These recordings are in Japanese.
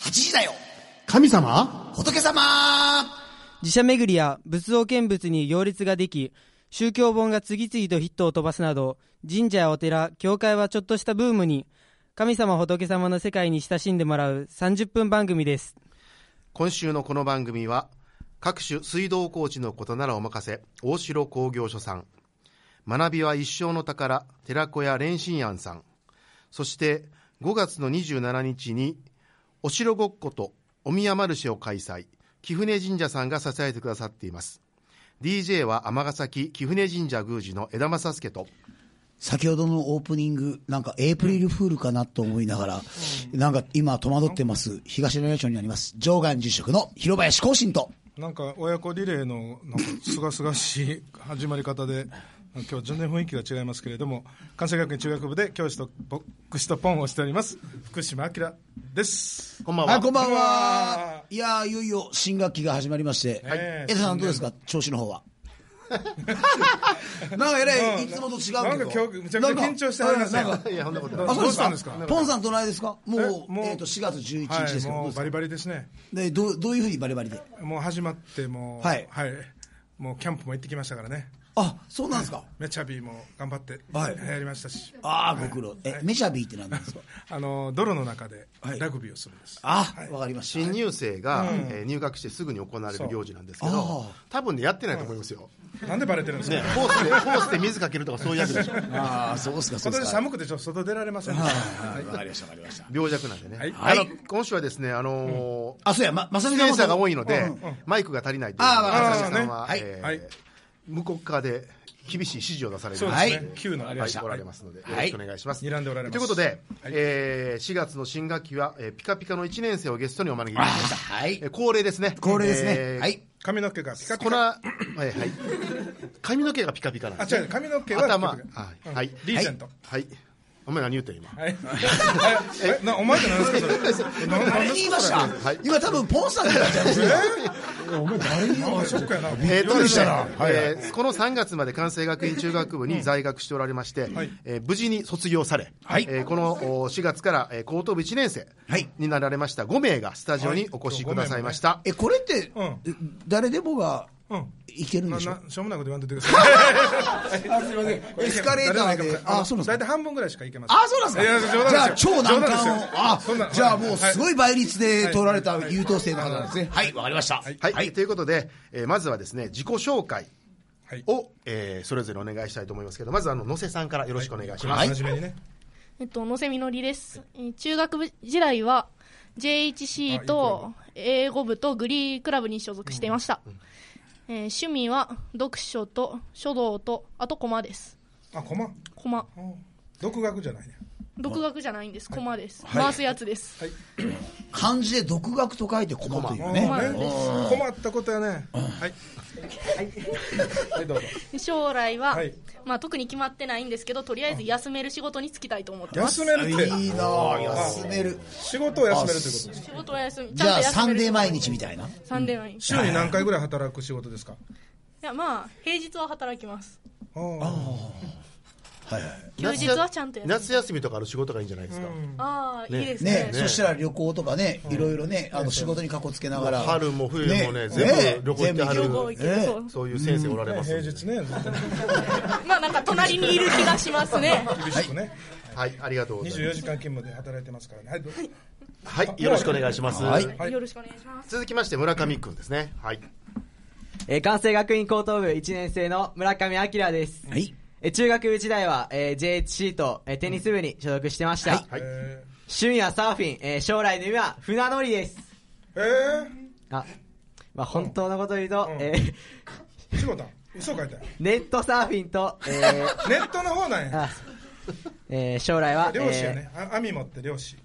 8時だよ神様仏様寺社巡りや仏像見物に行列ができ宗教本が次々とヒットを飛ばすなど神社やお寺教会はちょっとしたブームに神様仏様の世界に親しんでもらう30分番組です今週のこの番組は各種水道工事のことならお任せ大城工業所さん学びは一生の宝寺子屋蓮心庵さんそして5月の27日にお城ごっことお宮マルシェを開催貴船神社さんが支えてくださっています DJ は尼崎貴船神社宮司の枝正輔と先ほどのオープニング、なんかエイプリルフールかなと思いながら、なんか今戸惑ってます、東の野町にあります、上岸住職の広林光信と、なんか親子リレーのなんかすがすがしい始まり方で、今日は全然雰囲気が違いますけれども、関西学院中学部で教師とボックスとポンをしております、福島明です。こんばんはあ、こんばんこんばんはは。いやー、いよいよ新学期が始まりまして、ええ江田さんどうですか、調子の 方は。なんかえらい、いつもと違うけど。なんか今日めちゃくちゃ緊張してはりますねなんかいやそんなことどなういあ、そうでどうすしたかんですかポンさんどないですかもう、えもうえっ、と、4月11は日ですけい、ど、どうもでうすかバリバリですね。でどうどういうふうにバリバリで。もう始まって、もう、はいもうキャンプも行ってきましたからね。あ、そうなんですか。めちゃびも頑張ってはいやりましたし、ああ、ご苦労。え、メジャービーって何なんですかあの泥の中ではいラグビーをするんです。あ、わかりました。新入生が、えー入学してすぐに行われる行事なんですけどあ多分ねやってないと思いますよ、なんでバレてるんですか。ね、ホースでホースで水かけるとかそういうやつでしょああ、そうですか、そう今で年すか。寒くてちょっと外出られませんではしいた。はいわかりました、わかりました。病弱なんでね、はいあの今週はですね、あのーあ、そうや、ま、まさみ出演者が多いので、うんマイクが足りないというあーわかりま朝し日たさんは、はいえーはい向こう側で厳しい指示を出されるそうのでで、すはいね。旧のありはまいした。おられますので、はいよろしくお願いします。睨んでおられますということで、はいえー4月の新学期は、えーピカピカの1年生をゲストにお招きいたしました。はいえー。恒例ですね。恒例ですえね。ーはい。髪の毛がピカピこカ。の、はいはい。髪の毛がピカピカなんあです、違ね。う髪の毛は頭、ピカピカはい。はい。リーゼント。はい。お前何言った今。はい。 えなお前って何ですかそれ。ななんあでれす言いかましそれた、はい今多分ポンさんになっちゃいますね。あショックやな。えーっとですね言わえれーこの3月まで関西学院中学部に在学しておられまして、はいえー無事に卒業され、はいえーこのお4月から、えー高等部1年生はいになられました5名がスタジオにお越しくださいました。え、これって、う誰でもがたうん。いけるんなでしょなしょうもないこと言わんといてください。あすいませんエスカレーターでああ、そそうなですかうなんん大体半分ぐらいしか行けます。あ、そうなんですいか。やいじゃやあ、超冗談難ですよ関を冗談ですよ。あそんな、じゃあもうすごい倍率で取られた優等生の方なんですね。はい、わかりました。はい、ということで、えーまずはですね自己紹介はいを、えーそれぞれお願いしたいと思いますけどまずあの野瀬さんからよろしくお願いします。はい。真面目にね。えっと、野瀬みのりです。えー中学部時代は JHC と英語部とグリークラブに所属していました。えー趣味は読書と書道と、あと駒です。あ、コマ。駒。うん独学じゃないね。独学じゃないんです。駒です。回すやつです。漢字で独学と書いて駒というね。あ困るんですうん困ったことやね。はい。はい、どうぞ。で将来は、はいまあ特に決まってないんですけど、とりあえず休める仕事に就きたいと思ってます。休めるって。いいなぁ、休める。仕事を休めるということです。仕事は休み、じゃあ、サン休めるデー毎日みたいな。サンデー毎日。い週に何回ぐらい働く仕事ですか。や、まあ、平日は働きます。ああ。はいはい。休日はちゃんと休む。夏休みとかある仕事がいいんじゃないですか。ああ、いいですね。ね、そしたら旅行とかね、いろいろね、あの仕事にかこつけながら。春も冬もね全部旅行行ってはる旅行行けええそうそういう先生おられますん平で、日ね、ずっとねまあなんか隣にいる気がしま すね。厳しくね、はい、ありがとうござい24ま時間勤務で働いてますからね。はいどうぞ、す。はい、よろしくお願いします。はいはいよろしくお願いします。続きまして村上くんですね。はい。えー関西学院高等部1年生の村上明です、はい。えー中学部時代は、えー JHC と、えーテニス部に所属してました、はいえ趣味はサーフィン、えー将来の夢は船乗りですー、えあ、まあ、本当のことを言うと、うんえーー、仕事嘘書いたよネットサーフィンと、えーネットの方なんや。あ えー将来は、漁師やね。あ網持って漁師。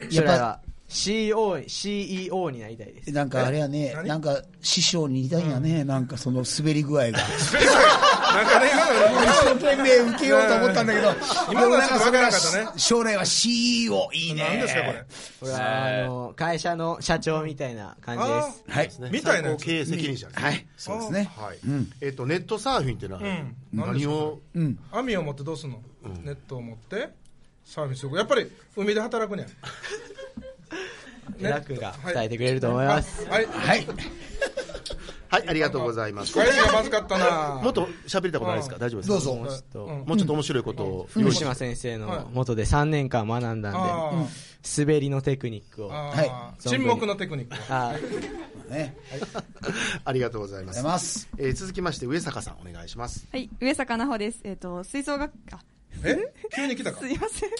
えー将来は CO CEO になりたいですなんかあれやね、何なんか師匠に似たんやね、なんかその滑り具合が。なんかね、一生懸命受けようと思ったんだけど、今のはなんちょっとわからなかったねそれが将来は CEO、いい今ね。の、何ですかこれ。これはあの会社の社長みたいな感じであすあ、はい。みた最いなや高つ経営責任者ですね。はい、そうですね。はい。えっとネットサーフィンってのはうん何をうん。網を持ってどうすんの、ネットを持って、サーフィンする。やっぱり海で働くねん。えらくが伝えてくれると思います。はい。はい。はい、ありがとうございます。返しがまずかったな。もっと喋りたことないですか大丈夫ですかどうぞ。うんもうちょっと面白いことを福用意して島ます。先生はいの元で3年間学んだんで、あ滑りのテクニックーを。ああー。沈黙のテクニック。ーね。ありがとうございありがとうござまいす。ます。えー続きまして、上坂さん、お願いします。はい、上坂奈穂です。えっ、と、吹奏楽、あ、え急に来たか す。いません。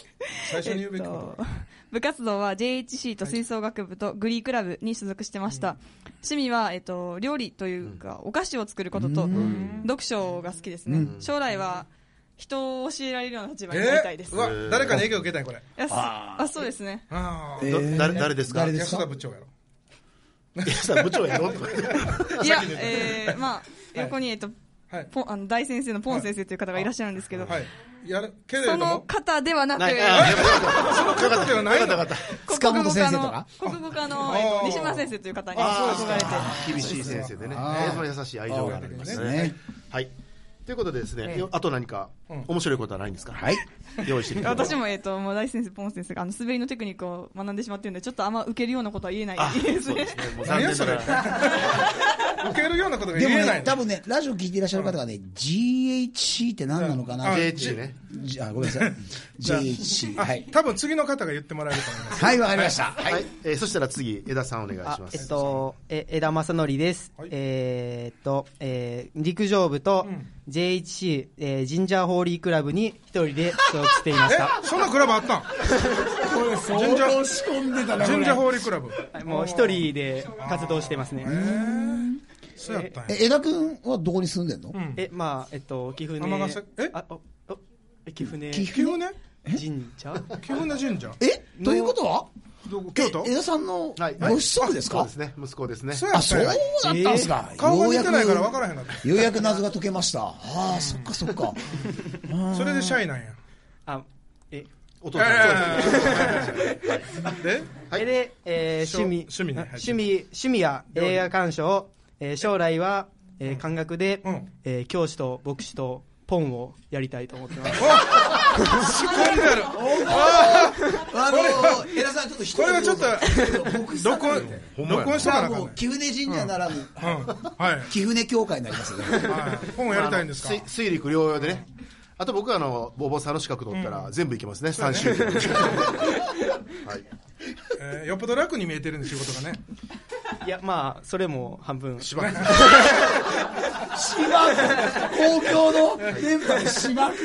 最初に言うべきこと。えっと部活動は JHC と吹奏楽部とグリークラブに所属してました。趣味は、えっ、と、料理というか、お菓子を作ることと、読書が好きですね。将来は、人を教えられるような立場になりたいえです。うわ、誰かに影響受けたい、これ。いやそあ、そうで すね。ああ。えどー誰誰ですか誰です安田か部長やろ。安田部長や ろいや、え ー、まあ、横に、えっ、と、はい。ポンあの大先生のポン先生という方がいらっしゃるんですけど、はい。やる、けれそどのも、方ではなく、ない。あよかったその方では ないの。塚本先生とか国語科のあえっとあー西村先生という方にあ憧れて厳しい先生でね。えあーーまあ優しい愛情があるんですあーね。はい。ということでですね、よあと何か面白いことはないんですかはい。用意してきて私も、えっと、もう大先生、ポン先生が、あの、滑りのテクニックを学んでしまってるんで、ちょっとあんま受けるようなことは言えないですそうでねす。ね。もう残念 なが何ら。受けるようなことがで言もえなねい、の。多分ね、ラジオ聞いていらっしゃる方がね、GHC って何なのかなあ JH ね。じあ、ごめんな さい。JHC。あはい。多分次の方が言ってもらえると思います。はい、わかりました。はい。えーそしたら次、江田さんお願いしまえっす。と、え枝正則です。はいえーっと、えー陸上部とうん JHC、えージンジャーホーリークラブに一人で所属していました。えそんなクラブあったん神社仕込んでた神社法理クラブ。はいもう一人で活動してますね。そうやったんや。え、江田くんはどこに住んでんのうん。え、まあ、えっと、貴船。尼崎えあ、お、お、え貴船貴貴船神社貴船神社えということはどこ京都江田さんのはいご子息ですそうかですね。息子ですね。そうやあ、ったそんうやだったんですか。顔がよう似やてくないから分からへんかった。ようやく謎が解けました。ああ、そっかそっか。それでシャイなんや。あ、え、お父さん。そうですねで、えで、えーしょ趣味趣味ねあ趣味趣味や料理映画鑑賞、えー将来は、えー、感覚で、うんえー教師と牧師とポンをやりたいと思ってます仕込んである。あの、江田さんちょっと一これはちょっと、録音、ほんまやな録音しとかなあかんもねう、貴船神社ならぬ、うん。はい。貴船教会になりますよね。はい本やりたいんですかあの水水陸両用でね。あと僕はあの、ボーボーさんの資格取ったら全部いけますね。3週間。はい。えーよっぽど楽に見えてるんで仕事がね。いやまあそれも半分しばらく。島公共の電波の島はい。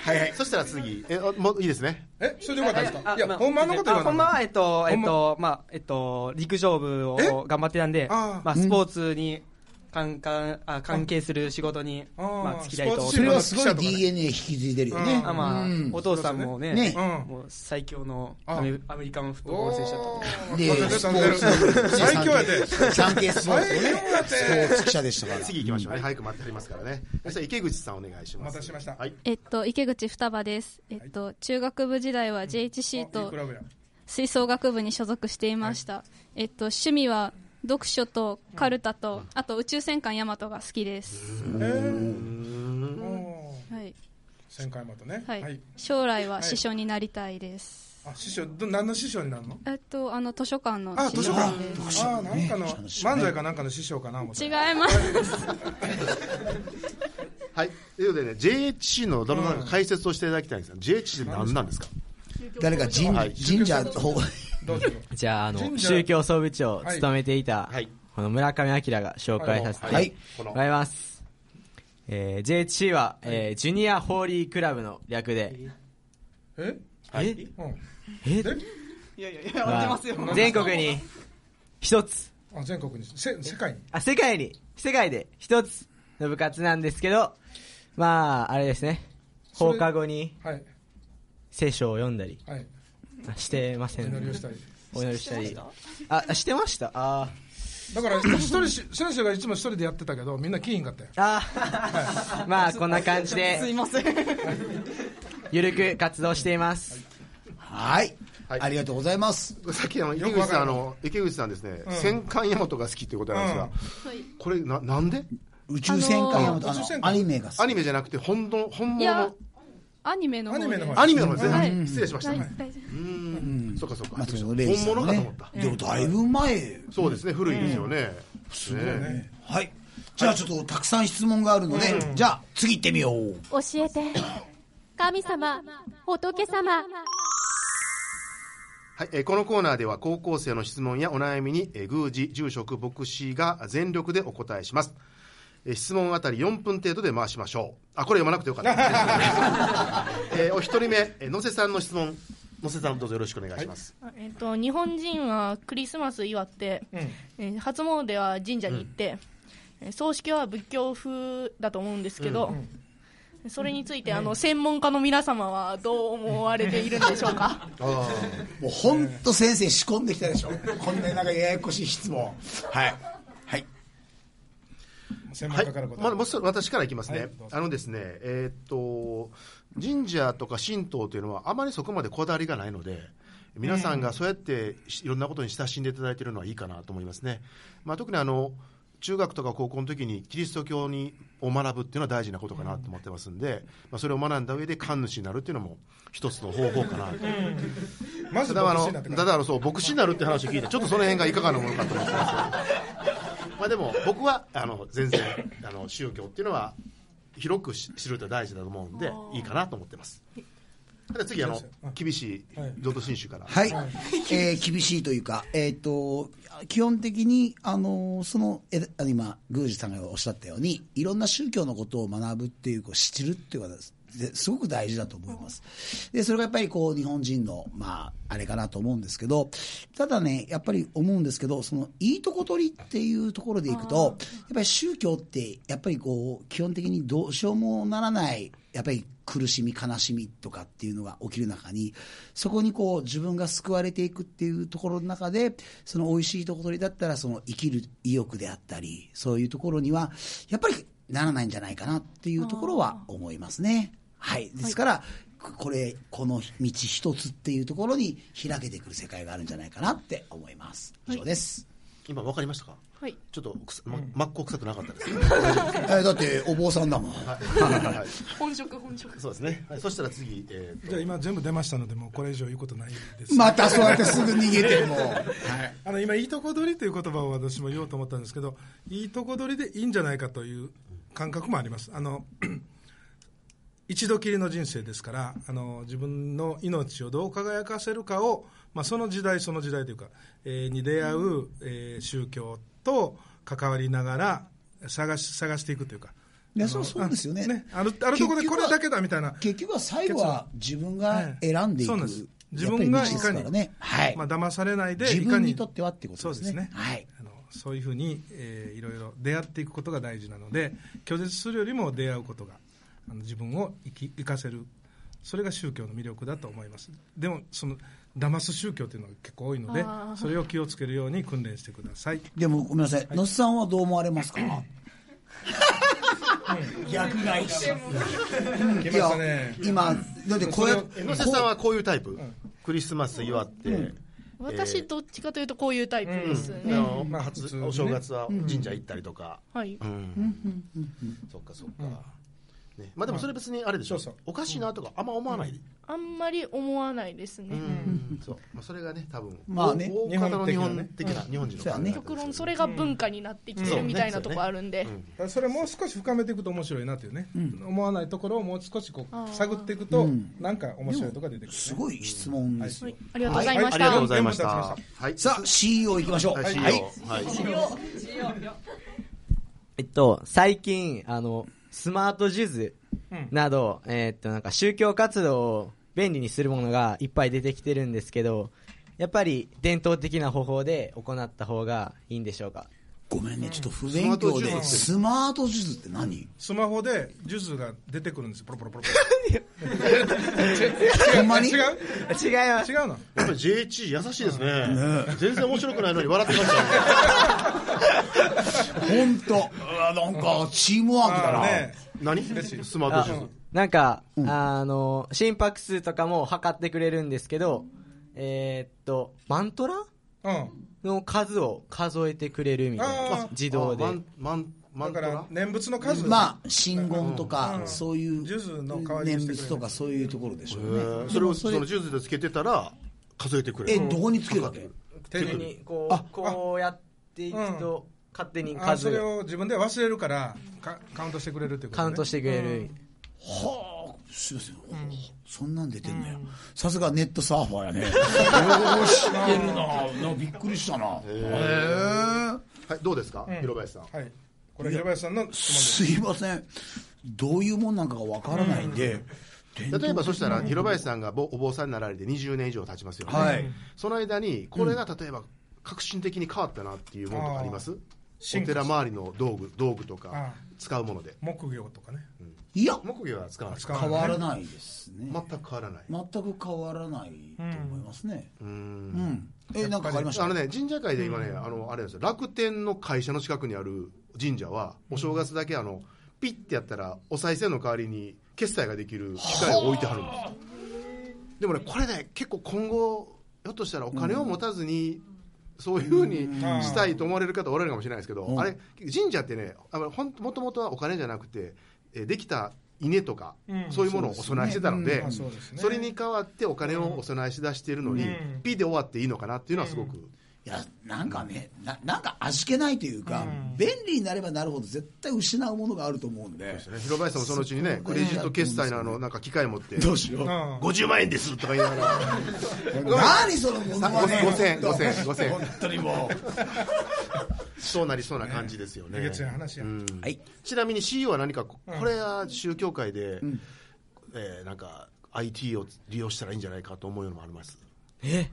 はいはい。そしたら次、え、あもういいですね。え、それでよかったですかあいや、まあほんまのこと言あほわんなまい。はえっとほんえっまとまあえっと陸上部えを頑張ってたんであーまあスポーツに関関あ関係する仕事にあーまあ付きたいと思っそてれまはすすごい DNA 引き継いでるよね。あまあ、うんお父さんもねねうんもう最強のあアメアメリカンフットボール選手だったんでで、出スポた出ーるツ、最強やで産経スポーツね最強や、でスポーツ記者でしたから。次行きましょうね。早く待っておりますからね。そしたら池口さんお願いします。お待たせしましたはい。えっと、池口双葉です。えっと、中学部時代は JHC あいいとクラブや吹奏楽部に所属していました。えっと、趣味は読書とカルタと、あと宇宙戦艦ヤマトが好きです。えーおーはい。千回まとね。はい。将来は師匠になりたいです。あ、師匠、ど何の師匠になるのえっと、あの、図書館のあ、図書館。あ師匠ですー、なんかの、漫才かなんかの師匠かな、思った違います。はい。ということでね、JHC のドラマの解説をしていただきたいんですが、JHC って何なんですか誰か神はい神社ほどうぞ。じゃあ、あの、神社宗教総部長を務めていたはい、この村上明が紹介させてはいもらいます。えー JHC は、えージュニアホーリークラブの略で、ええうん。えでいやいやいや、やってますよ。まあ全国に一つ、あ、全国に、せ世界に。あ、世界に、世界で一つの部活なんですけど、まあ、あれですね、それ放課後にはい。聖書を読んだりはい。あしてませおん祈りをしたり。お祈りしたり。あ、あしてましたあだから、一人し、先生がいつも一人でやってたけど、みんな聞いんかったよ。ーあ ーまあ、こんな感じですい、ません。ゆるく活動しています。はい。はいありがとうございます。さっきあの池よく口わさん、かあるの、池口さんですね、ん戦艦ヤマトが好きってことなんですが、これな、なんで宇宙戦艦ヤマト、あ宇宙戦の、艦アニメが好きアニメじゃなくて、本当本い物やの、、アニメのア方ニメの方アニメの方ですはね。い失礼しました。はういーんそっかそっか。松本本零士さん物のかねと思った。でもだいぶ前そうですね、古いですよね。すごいねはいじゃあちょっとたくさん質問があるので、じゃあ次行ってみよう教えて神様仏様はい、えーこのコーナーでは高校生の質問やお悩みに、えー宮司、住職、牧師が全力でお答えします。えー質問あたり4分程度で回しましょう。あ、これ読まなくてよかった。えーお一人目、えー野瀬さんの質問。野瀬さん、どうぞよろしくお願いします。えっと、日本人はクリスマス祝って、えー初詣は神社に行って、えー葬式は仏教風だと思うんですけど、それについて、あの専門家の皆様はどう思われているんでしょう かあもう本当先生仕込んできたでしょこんななんかややこしい質問はいはいー専門は家いから答え、まもうそ私からいきますね、はいどうぞあのですね、えーっと、神社とか神道というのは、あまりそこまでこだわりがないので、皆さんがそうやってしいろんなことに親しんでいただいているのはいいかなと思いますね、まあ、特にあの中学とか高校の時に、キリスト教にを学ぶっていうのは大事なことかなと思ってますんで、まあ、それを学んだ上で神主になるっていうのも、一つの方法かなと。まずただあ牧師のになってかたらだあのそう牧師になるって話を聞いてちょっとその辺がいかがなものかと思ってますまあでも僕はあの全然あの宗教っていうのは広くし知るって大事だと思うんでいいかなと思ってますで次あの厳しい浄土真宗から、はい、えー厳しいというか、えー、と基本的に、あのーそのえあの今、宮司さんがおっしゃったように、いろんな宗教のことを学ぶっていう、こう知るっていうことです。ですごく大事だと思います。で、それがやっぱりこう、日本人の、まあ、あれかなと思うんですけど、ただね、やっぱり思うんですけど、その、いいとこ取りっていうところでいくと、やっぱり宗教って、やっぱりこう、基本的にどうしようもならない、やっぱり苦しみ、悲しみとかっていうのが起きる中に、そこにこう自分が救われていくっていうところの中で、その美味しいところだったら、その生きる意欲であったり、そういうところには、やっぱりならないんじゃないかなっていうところは思いますね。はい。ですから、ここれ、この道一つっていうところに開けてくる世界があるんじゃないかなって思います。以上です。今わかりましたかはいちょっとくす、ま、真っ向臭くなかったです、えだって、お坊さんだもん。はいはい、 本職本職そうですね、はい、そしたら次、えーっとじゃあ今全部出ましたのでもうこれ以上言うことないです、またそうやってすぐ逃げてもう。あの今いいとこ取りという言葉を私も言おうと思ったんですけどいいとこ取りでいいんじゃないかという感覚もありますあの 一度きりの人生ですからあの自分の命をどう輝かせるかを、まあ、その時代その時代というか、えーに出会う、えー宗教と関わりながら探し探していくというかいやそうそうですよね。あるあるところ結でこ局はれだけだみたいな結局は最後は自分が選んでいく、はいそうなんです自分がいかにやっぱり道ですらね、はいまあ騙されないで自いか分ににとってはってことですねそうですねはいあのそういうふうに、えーいろいろ出会っていくことが大事なので拒絶するよりも出会うことがあの自分を生き生かせるそれが宗教の魅力だと思いますでもその騙す宗教というのが結構多いのでそれを気をつけるように訓練してくださいでもごめんなさい、野須さんはどう思われますか 逆返し来いや今だってこうやっえ野瀬さんはこういうタイプ、クリスマス祝って、え私ーどっちかというとこういうタイプですね、あのまあ初普通にねお正月は神社行ったりとか、はいうん、そっかそっか、ね、まあでもそれ別にあれでしょ、そうそうおかしいなとかあんま思わない、あんまり思わないですうね、んそうまあ、それがね多分まあねお大方の日日本本的な日本人の考え方ですよね極論それが文化になってきてるみたいなとこあるんで、うんそれもう少し深めていくと面白いなというね、思わないところをもう少しこう探っていくと、なんか面白いとか出てくる、すごい質問ですよ、はいありがとうございはまあしりた、がとうございましありがたとうございはいさあ CEO いきましょうはい、はい CEO はいえっと、最近、あの、スマートジューズなど、えっと、なんか宗教活動を便利にするものがいっぱい出てきてるんですけど、やっぱり伝統的な方法で行った方がいいんでしょうかごめんねちょっと不勉強でスマート術って何スマホでジュースが出てくるんですよポロポロポロほんまに違う違いま違うのやっぱり JH 優しいですね全然面白くないのに笑ってましたね本 当なんかチームワークだな、あね何スマートシューズなんか、あの、心拍数とかも測ってくれるんですけど、えっと、マントラうの数を数えてくれるみたいあーな。自動であマ。ンマンマん、ンだトからラ念仏の数、まあ真言とか、うんそういうジュズの代わりにし念てくれる仏とかそういうところでしょうね、えーそれをそのジューズでつけてたら数えてくれえ、るどこにつけるわけ手首手にこあうこうやっていくと勝手にあそ数れを自分では忘れるからかカウントしてくれるってこと、ね、カウントしてくれる、はあ、すいません。そんなん出てんだよ。さすがネットサーファーや ね。よう知ってるな。なんかびっくりしたな。へえ。はいどうですか、広林さんはいこれ平林さんの質問すですいません。どういうもんなんかがわからないんで。例えばそしたら広林さんがぼお坊さんになられて20年以上経ちますよね、はいその間にこれが例えば革新的に変わったなっていうものとかありますお進化寺周りの道具道具とあか使うもので木魚とかねいや、木魚は使わない使わ変わらないですね。全く変わらない、全く変わらないと思いますね。うーんうん。え、なんか変わりましたあのね、神社会で今ね、あの、あれなんですよ、楽天の会社の近くにある神社は、お正月だけあの、ピッてやったら、お賽銭の代わりに決済ができる機械を置いてはるんですでもね、これね、結構今後、ひょっとしたらお金を持たずに、そういうふうにしたいと思われる方おられるかもしれないですけど、うんあれ、神社ってね、あのほんもともとはお金じゃなくて、えーできた稲とか、うんそういうものをお供えしてたのでうんあそうです、ねそれに代わってお金をお供えし出しているのにうん、ピッで終わっていいのかなっていうのはすごく、いや、なんかね、ななんか味気ないというか、便利になればなるほど絶対失うものがあると思うんで。広林さんもそのうちにね、クレジット決済のあの、なんか機械持って、どうしよう。うん50万円ですとか言いながら、何そのものはね。 5000円、5000円、5000本円、当にもそうなりそうな感じですよえねげ。つない話や、うんう。はい。ちなみに CEO は何か、ここれは宗教界で、えーなんか、IT を利用したらいいんじゃないかと思うようのもあります。え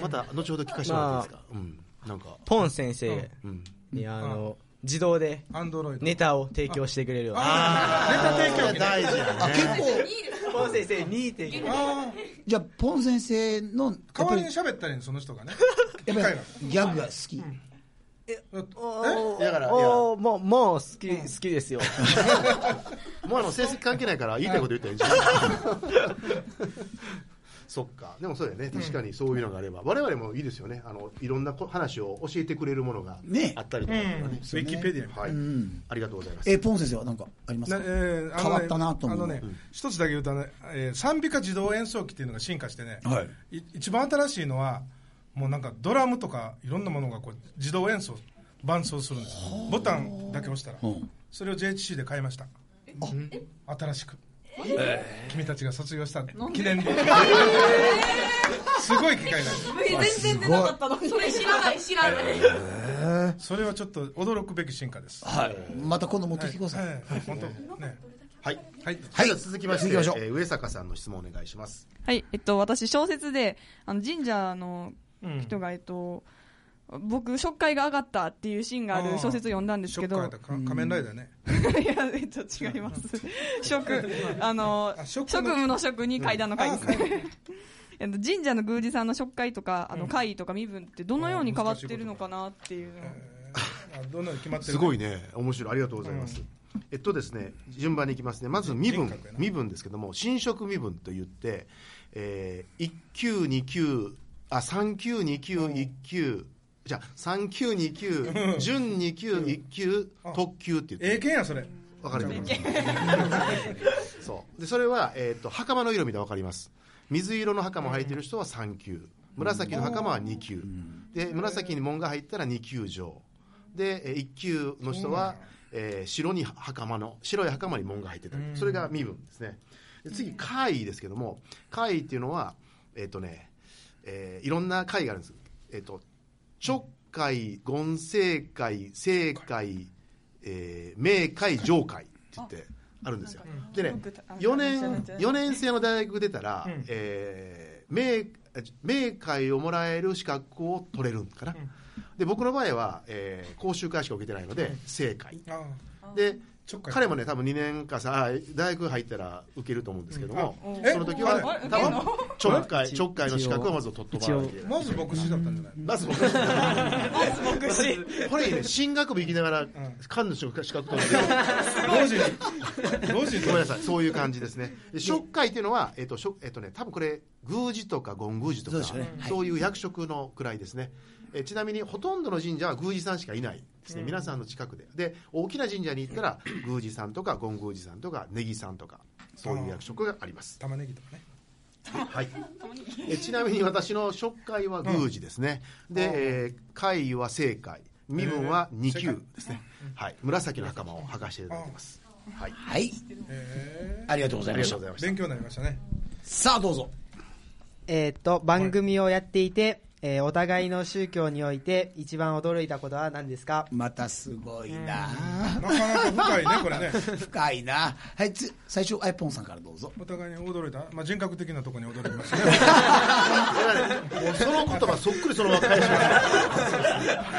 また、後ほど聞かせてもらっていいですか。うん。なんか、ポン先生うん。にあの自動でアンドロイドネタを提供してくれるわあネタ提供ね大事やあ、結構、ポン先生に提供あじゃあ、ポン先生の、やっー代ぱわりりに、喋ったりその人がねやっぱりギャグが好き。だから、いや、おーもうもう好き好きですよもうあの成績関係ないから言いたいこと言ったらいいじゃん そっかでもそうだよね確かにそういうのがあれば、我々もいいですよねあのいろんなこ話を教えてくれるものがねあったりとかねウィキペディアみたいなはい、んありがとうございますえ、ポン先生は何かありますなかえーあのね変わったなと思うあのね、一つだけ言うとね、えー賛美歌自動演奏機っていうのが進化してね、、はい一番新しいのは、もうなんかドラムとかいろんなものがこう自動演奏、伴奏するんです、ボタンだけ押したら、うんそれを JHC で買いました、新しく。君たちが卒業した記念に、すごい機械なんです全然出なかったのに。それ知らない、知らない。それはちょっと驚くべき進化です。はい。また今度持ってきてください。はい本当ねはい、はいはい、では続きまして続きましょうえー上坂さんの質問お願いしますはい、えっと、私、小説で、あの、神社のうん人が、えっと、僕、紹介が上がったっていうシーンがある小説を読んだんですシけョッど、カーだか仮面ライダーね、いや、えっと、違います。職、あの、あ職職の務の職に階段の階ですうんあね。えっと神社の宮司さんの職会とか、あの、会とか身分ってどのように変わってるのかなっていうのをあどんなの決まってるすごいいね面白いありがとうございます、えっとですね順番にいきますねまず身分人格やな身分ですけども新職身分と言って、えー、1級2級あ3級2級1級じゃあ3級2級準2級1級特級って言ええってけんやそれ分かれて ますそうでそれは、えっと袴の色見たら分かります水色の袴履いてる人は3級紫の袴は2級で紫に紋が入ったら2級上でえー1級の人は、えー白に袴の白い袴に紋が入ってたりそれが身分ですねで次会位ですけども会位っていうのはえっ、とね、えーいろんな会があるんですえっ、と直会権政会政会、えー明会上会って言ってあるんですよでね4年四年生の大学出たら、うんえー明明会をもらえる資格を取れるんかな、で僕の場合は、えー講習会しか受けてないので正解ああでちょっかい彼もね多分2年かさあ大学入ったら受けると思うんですけども、うんあその時はえ多分ちょっかいちょっかいの資格をまず取っとばないといけないまず牧師だったんじゃない まず僕これいいね進学部行きながら官の資格取る同時に同時にごめんなさい、そういう感じですね。で職会っていうのは、えっ、と、しょえっ、とね、多分これ、宮司とか権宮司とそうか、ですそう,、よねはいいう役職の位ですね。えちなみに、ほとんどの神社は宮司さんしかいないですね。皆さんの近くで。で、大きな神社に行ったら、宮司さんとか権宮司さんとか、ネギさんとか、そういう役職があります。玉ねぎとかねはい、えちなみに私の初回は宮司ですね、で、えー会は正解身分は二級ですね、はい、紫の袴を履かせていただきます、はい、はい。ありがとうござあいりまがしとたうご。ざいました勉強になりましたねさあ、どうぞ。えーっと番組をやっていて、えーお互いの宗教において一番驚いたことは何ですかまたすごいななかなか深いねこれね深いなはい、つ最初、アイポンさんからどうぞ。お互いに驚いた、まあ、人格的なところに驚きましたねその言葉そっくりそのまま返しました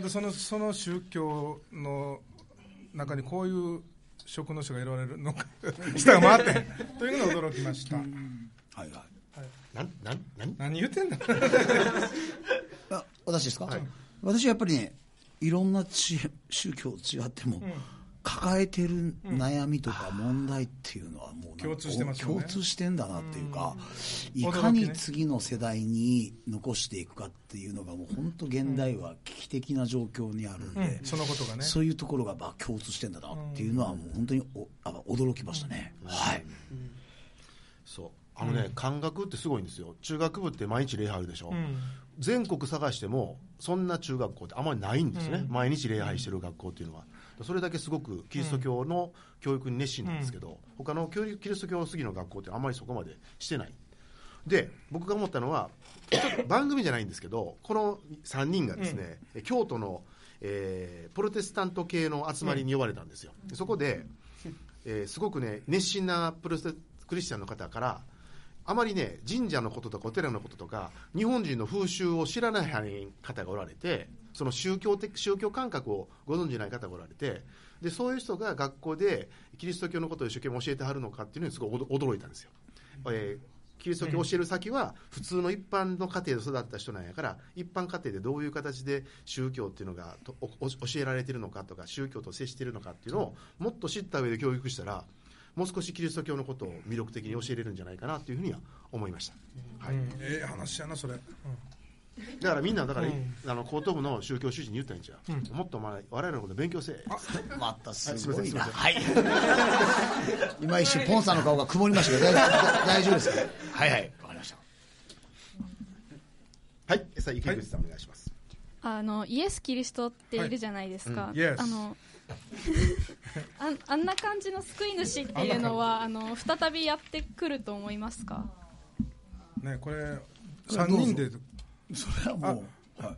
でそのその宗教の中にこういう職の人がいられるのか下が回ってというのが驚きましたはいはい。なんなんなん何言ってんだあ私ですか、私はやっぱりね、いろんなち宗教違っても、抱えてる悩みとか問題っていうのはもうなんか共通してますよね共通してんだなっていうか、んいか驚きにね次の世代に残していくかっていうのがもう本当現代は危機的な状況にあるんで、そのことがねそういうところがまあ共通してんだなっていうのはもう本当におあ驚きましたね、はいそうあのね、漢学ってすごいんですよ中学部って毎日礼拝あるでしょ、ん全国探してもそんな中学校ってあまりないんですね、毎日礼拝してる学校っていうのはそれだけすごくキリスト教の教育に熱心なんですけど、他の教育キリスト教主義の学校ってあまりそこまでしてないで僕が思ったのはちょっと番組じゃないんですけどこの3人がですね、京都の、えープロテスタント系の集まりに呼ばれたんですよ、そこで、えーすごくね熱心なプロテクリスチャンの方からあまりね神社のこととかお寺のこととか日本人の風習を知らない方がおられてその宗教的宗教感覚をご存じない方がおられてでそういう人が学校でキリスト教のことを一生懸命教えてはるのかっていうのにすごい驚驚いたんですよ。えーキリスト教を教える先は普通の一般の家庭で育った人なんやから一般家庭でどういう形で宗教っていうのがとおお教えられてるのかとか宗教と接してるのかっていうのをもっと知った上で教育したらもう少しキリスト教のことを魅力的に教えれるんじゃないかなというふうには思いました、はい、ええ話やなそれ、だからみんなだから、あの高等部の宗教主人に言ったんじゃ、ん、もっとお前我々のこと勉強せえまたすごはいいすいなませんはい今一瞬ポンさんの顔が曇りましたけど大丈夫大丈夫ですかはいはいわかりましたはいさあ池口さんお願いします、あのイエス・キリストっているじゃないですか、はいうん Yes あの ああんな感じの救い主っていうのはあの再びやってくると思いますかね、これれは3人でそれはもう、はい、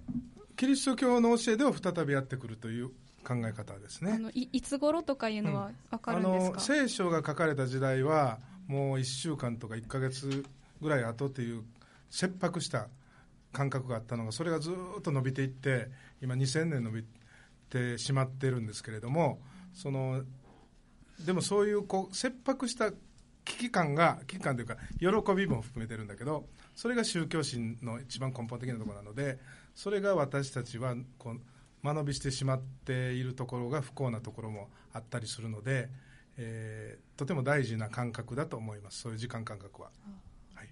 キリスト教の教えでは再びやってくるという考え方ですあねのいいつ頃とかいうのは分かあるんですのか、聖書が書かれた時代はもう1週間とか1か月ぐらい後という切迫した感覚があったのがそれがずーっと伸びていって今2000年伸びてしまってるんですけれどもそのでもそういうこう切迫した危機感が危機感というか喜びも含めてるんだけどそれが宗教心の一番根本的なところなのでそれが私たちはこう間延びしてしまっているところが不幸なところもあったりするので、えーとても大事な感覚だと思いますそういう時間感覚は。はい、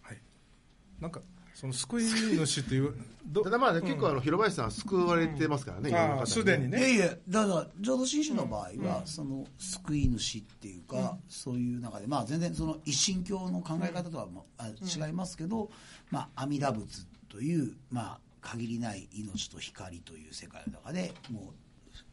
はい、なんかその救い主という どただまあ、ね結構あの広林さんは救われてますからね、いろんな方あーすでにいやねいやだから浄土真宗の場合は、その救い主っていうか、そういう中で、まあ、全然その一神教の考え方とはもうあ違いますけど、まあ、阿弥陀仏という、まあ、限りない命と光という世界の中でも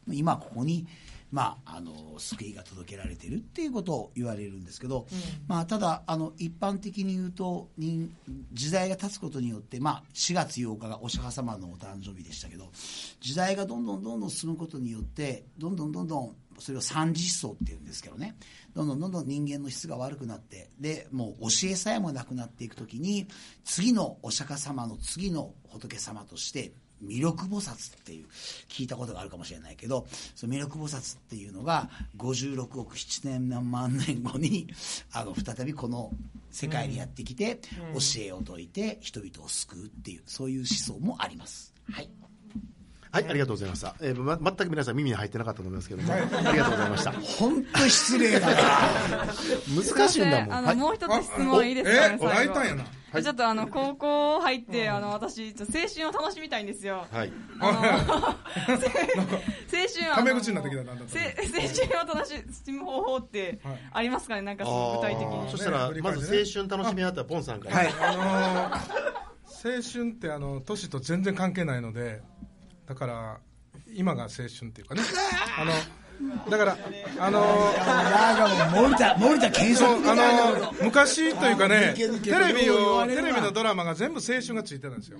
う今ここに、まあ、あの救いが届けられてるっていうことを言われるんですけど、まあ、ただあの一般的に言うと人時代が経つことによって、まあ、4月8日がお釈迦様のお誕生日でしたけど時代がどんどんどんどん進むことによってどんどんどんどんそれを三次思想っていうんですけどねどんどんどんどん人間の質が悪くなってでもう教えさえもなくなっていくときに次のお釈迦様の次の仏様として弥勒菩薩っていう聞いたことがあるかもしれないけどその弥勒菩薩っていうのが56億7年何万年後にあの再びこの世界にやってきて、教えを説いて人々を救うっていうそういう思想もあります。はいはい、ありがとうございました。えーま、全く皆さん耳に入ってなかったと思いますけども、ありがとうございました。本当失礼だな。難しいんだすいませもあん。の、はいもう一つ質問いいですかねえ、お最会い後たんやな。はいちょっとあの高校入って、あの私ちょっと青春を楽しみたいんで すよ。はい。あの青春タあのメ口になってきたななんだせ青春を楽しむ方法ってはいありますかねなんかその具体的あーに。そしたら、ねまず青春楽しみあったポンさんから。はい。あのー青春ってあの年と全然関係ないのでだから今が青春っ ていうかねあのだからあのーなんかもう 森田、森田健そさ。うんあのー昔というかねあー抜け抜けテレビよう言をわれテるわレビのドラマが全部青春がついてたんですよ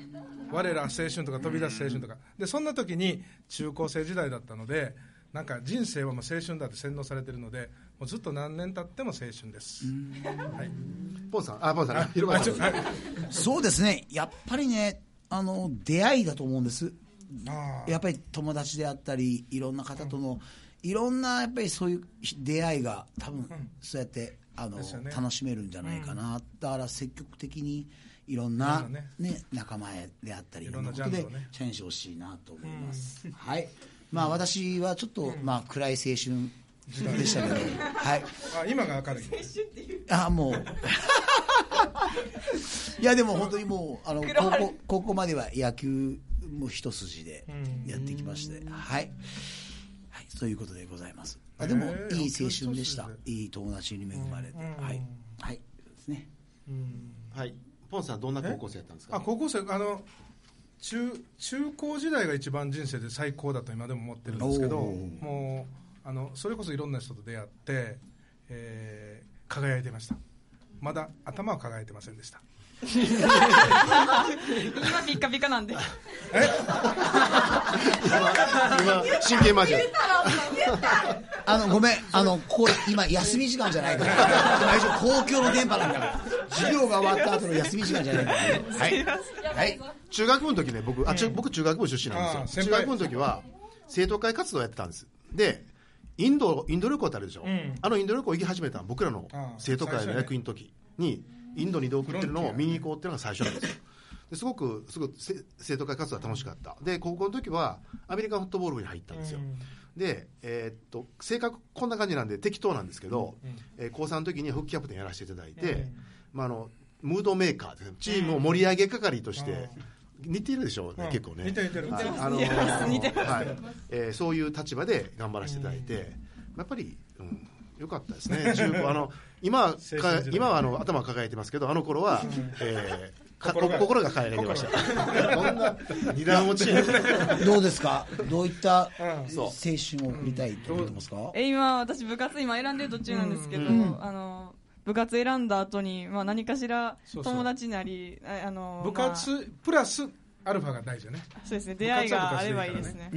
我ら青春とか飛び出す青春とかでそんな時に中高生時代だったのでなんか人生はもう青春だって洗脳されてるのでもうずっと何年経っても青春ですはいポンさん、あ、ポンさん、ひろばさん。はいそうですね。やっぱりね、あの、出会いだと思うんです。あーやっぱり友達であったり、いろんな方との、いろんなやっぱりそういう出会いが、多分そうやって、あの、ですよね楽しめるんじゃないかな、だから積極的にいろんな、いろんなねね仲間であったり、いいろろんんななことジャでンルをねチャレンジしてほしいなと思います。はいまあ、私はちょっと、まあ、暗い青春でした けど、はい、あ今 が明るいあも ういやでも本当にもうあの高校高校までは野球も一筋でやってきまして、はい、はい、そういうことでございますあでもえーいい青春でした野球一いい友達に恵まれて、うんはいうんはいそうですねはい。ポンさん、どんな高校生だったんですあか高校生あの中中高時代が一番人生で最高だと今でも思ってるんですけどおーもうあのそれこそいろんな人と出会って、えー輝いてましたまだ頭は輝いてませんでした今ピッカピ カなんで。今、神経麻雀。あのごめんあのここ今休み時間じゃないから大丈夫公共の電波なんだから授業が終わった後の休み時間じゃないからはいはい中学部の時ね、僕、あ、中僕中学部出身なんですよ。中あー先輩学部の時は、生徒会活動やってたんです。で、インド、インド旅行ってあるでしょ。んあのインド旅行行き始めたの僕らのあー生徒会の役員の時に、インドに移動送ってるのを見に行こうっていうのが最初なんですよ。ですごく、すごくせ生徒会活動は楽しかった。で、高校の時は、アメリカンフットボール部に入ったんですよ。で、えーっと、性格こんな感じなんで適当なんですけど、えー高3の時に復帰キャプテンやらせていただいて、まあ、あのムードメーカーですねチームを盛り上げ係として、似てるでしょうね、うん結構ね似てる似てるはいあのはいえーそういう立場で頑張らせていただいて、やっぱり、うん、よかったですね中高あの今は青春か時代今はあの頭は抱えてますけどあの頃は、え ーか心が心が抱えられてました こんな二段 落ちどうですかどういったうんそう青春を送りたいと思ってますか、え今私部活今選んでる途中なんですけど、あの部活選んだ後にまあ何かしらそうそう友達なりああの部活、まプラスアルファが大事よねあそうですね出会いがあればいいですね。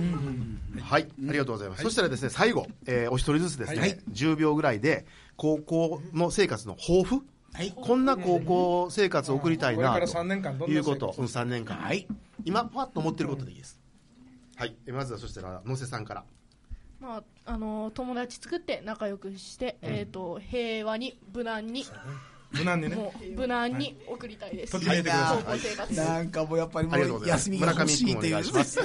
はい、ありがとうございます。そしたらですね、最後、えーお一人ずつですね、はい10秒ぐらいで、高校の生活の抱負、はいこんな高校生活を送りたいな、これからと3年間どんないうこ生と、活うん、3年間。はい今、パッと思ってることでいいです。はい、えまずはそしたら、野瀬さんから。まああの友達作って仲良くして、えっ、と平和に無難に無難にねもう無難に送りたいです。ときめいてくだ高さい校生活。なんかもうやっぱりもありがとうごうざいます休みが欲しいとい村う。上君お願い します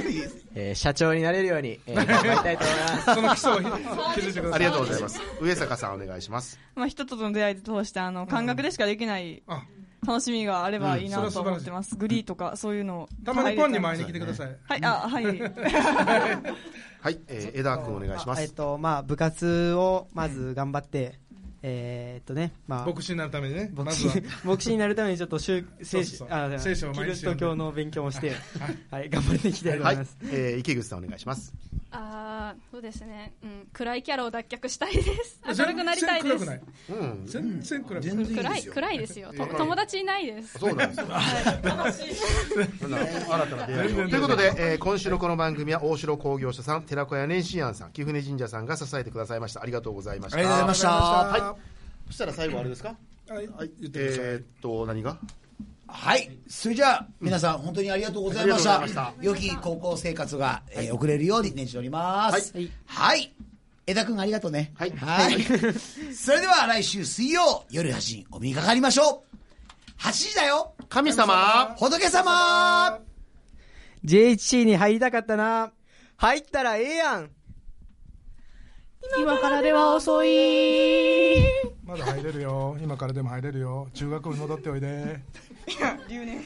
えー社長になれるように、えー頑張りたいと思いますその基礎 を築いてくださあいりがとうございます。上坂さん、お願いします。まあ人との出会いで通してあの感覚でしかできないあ楽しみがあればいいなと思ってます。グリーとかそういうのをたまにポンに前に来てくださいはいあはい。はい、えー、枝君、お願いしまあえっす。と、まあ、部活をまず頑張って、えーっとね、まあ、牧師になるためにねま牧ず師は 牧師になるためにちょっと宗そ聖うそうそうあ聖書をキ毎リ日ス読んでト教の勉強もして、はい、頑張っていきたいと思はいいます。、えー、池口さん、お願いします。ああそうですね、うん、暗いキャラを脱却したいです 明る全く然なりたいで暗くなすいうん、全然暗くない全然暗でいすよ暗いですよと友達いないですそうなんですよ。そんな新たな出会い をということで、えー今週のこの番組は大城工業所さん、寺子屋蓮心庵さん、貴船神社さんが支えてくださいました。ありがとうございました。ありがとうございましたはい。そしたら最後あれですか。はいはい。言ってくださいえーっと何が？はい。それじゃあ、皆さん本当にありがとうございましあたりがとう。良き高校生活が、えー送れるように念じております。ははいい。はい。江田くんありがとうね。はいはい。それでは来週水曜、夜8時にお目にかかりましょう。8時だよ神様。仏様 JHC に入りたかったな。入ったらええやん今からでは遅いまだ入れるよ今からでも入れるよ中学校に戻っておいで留年。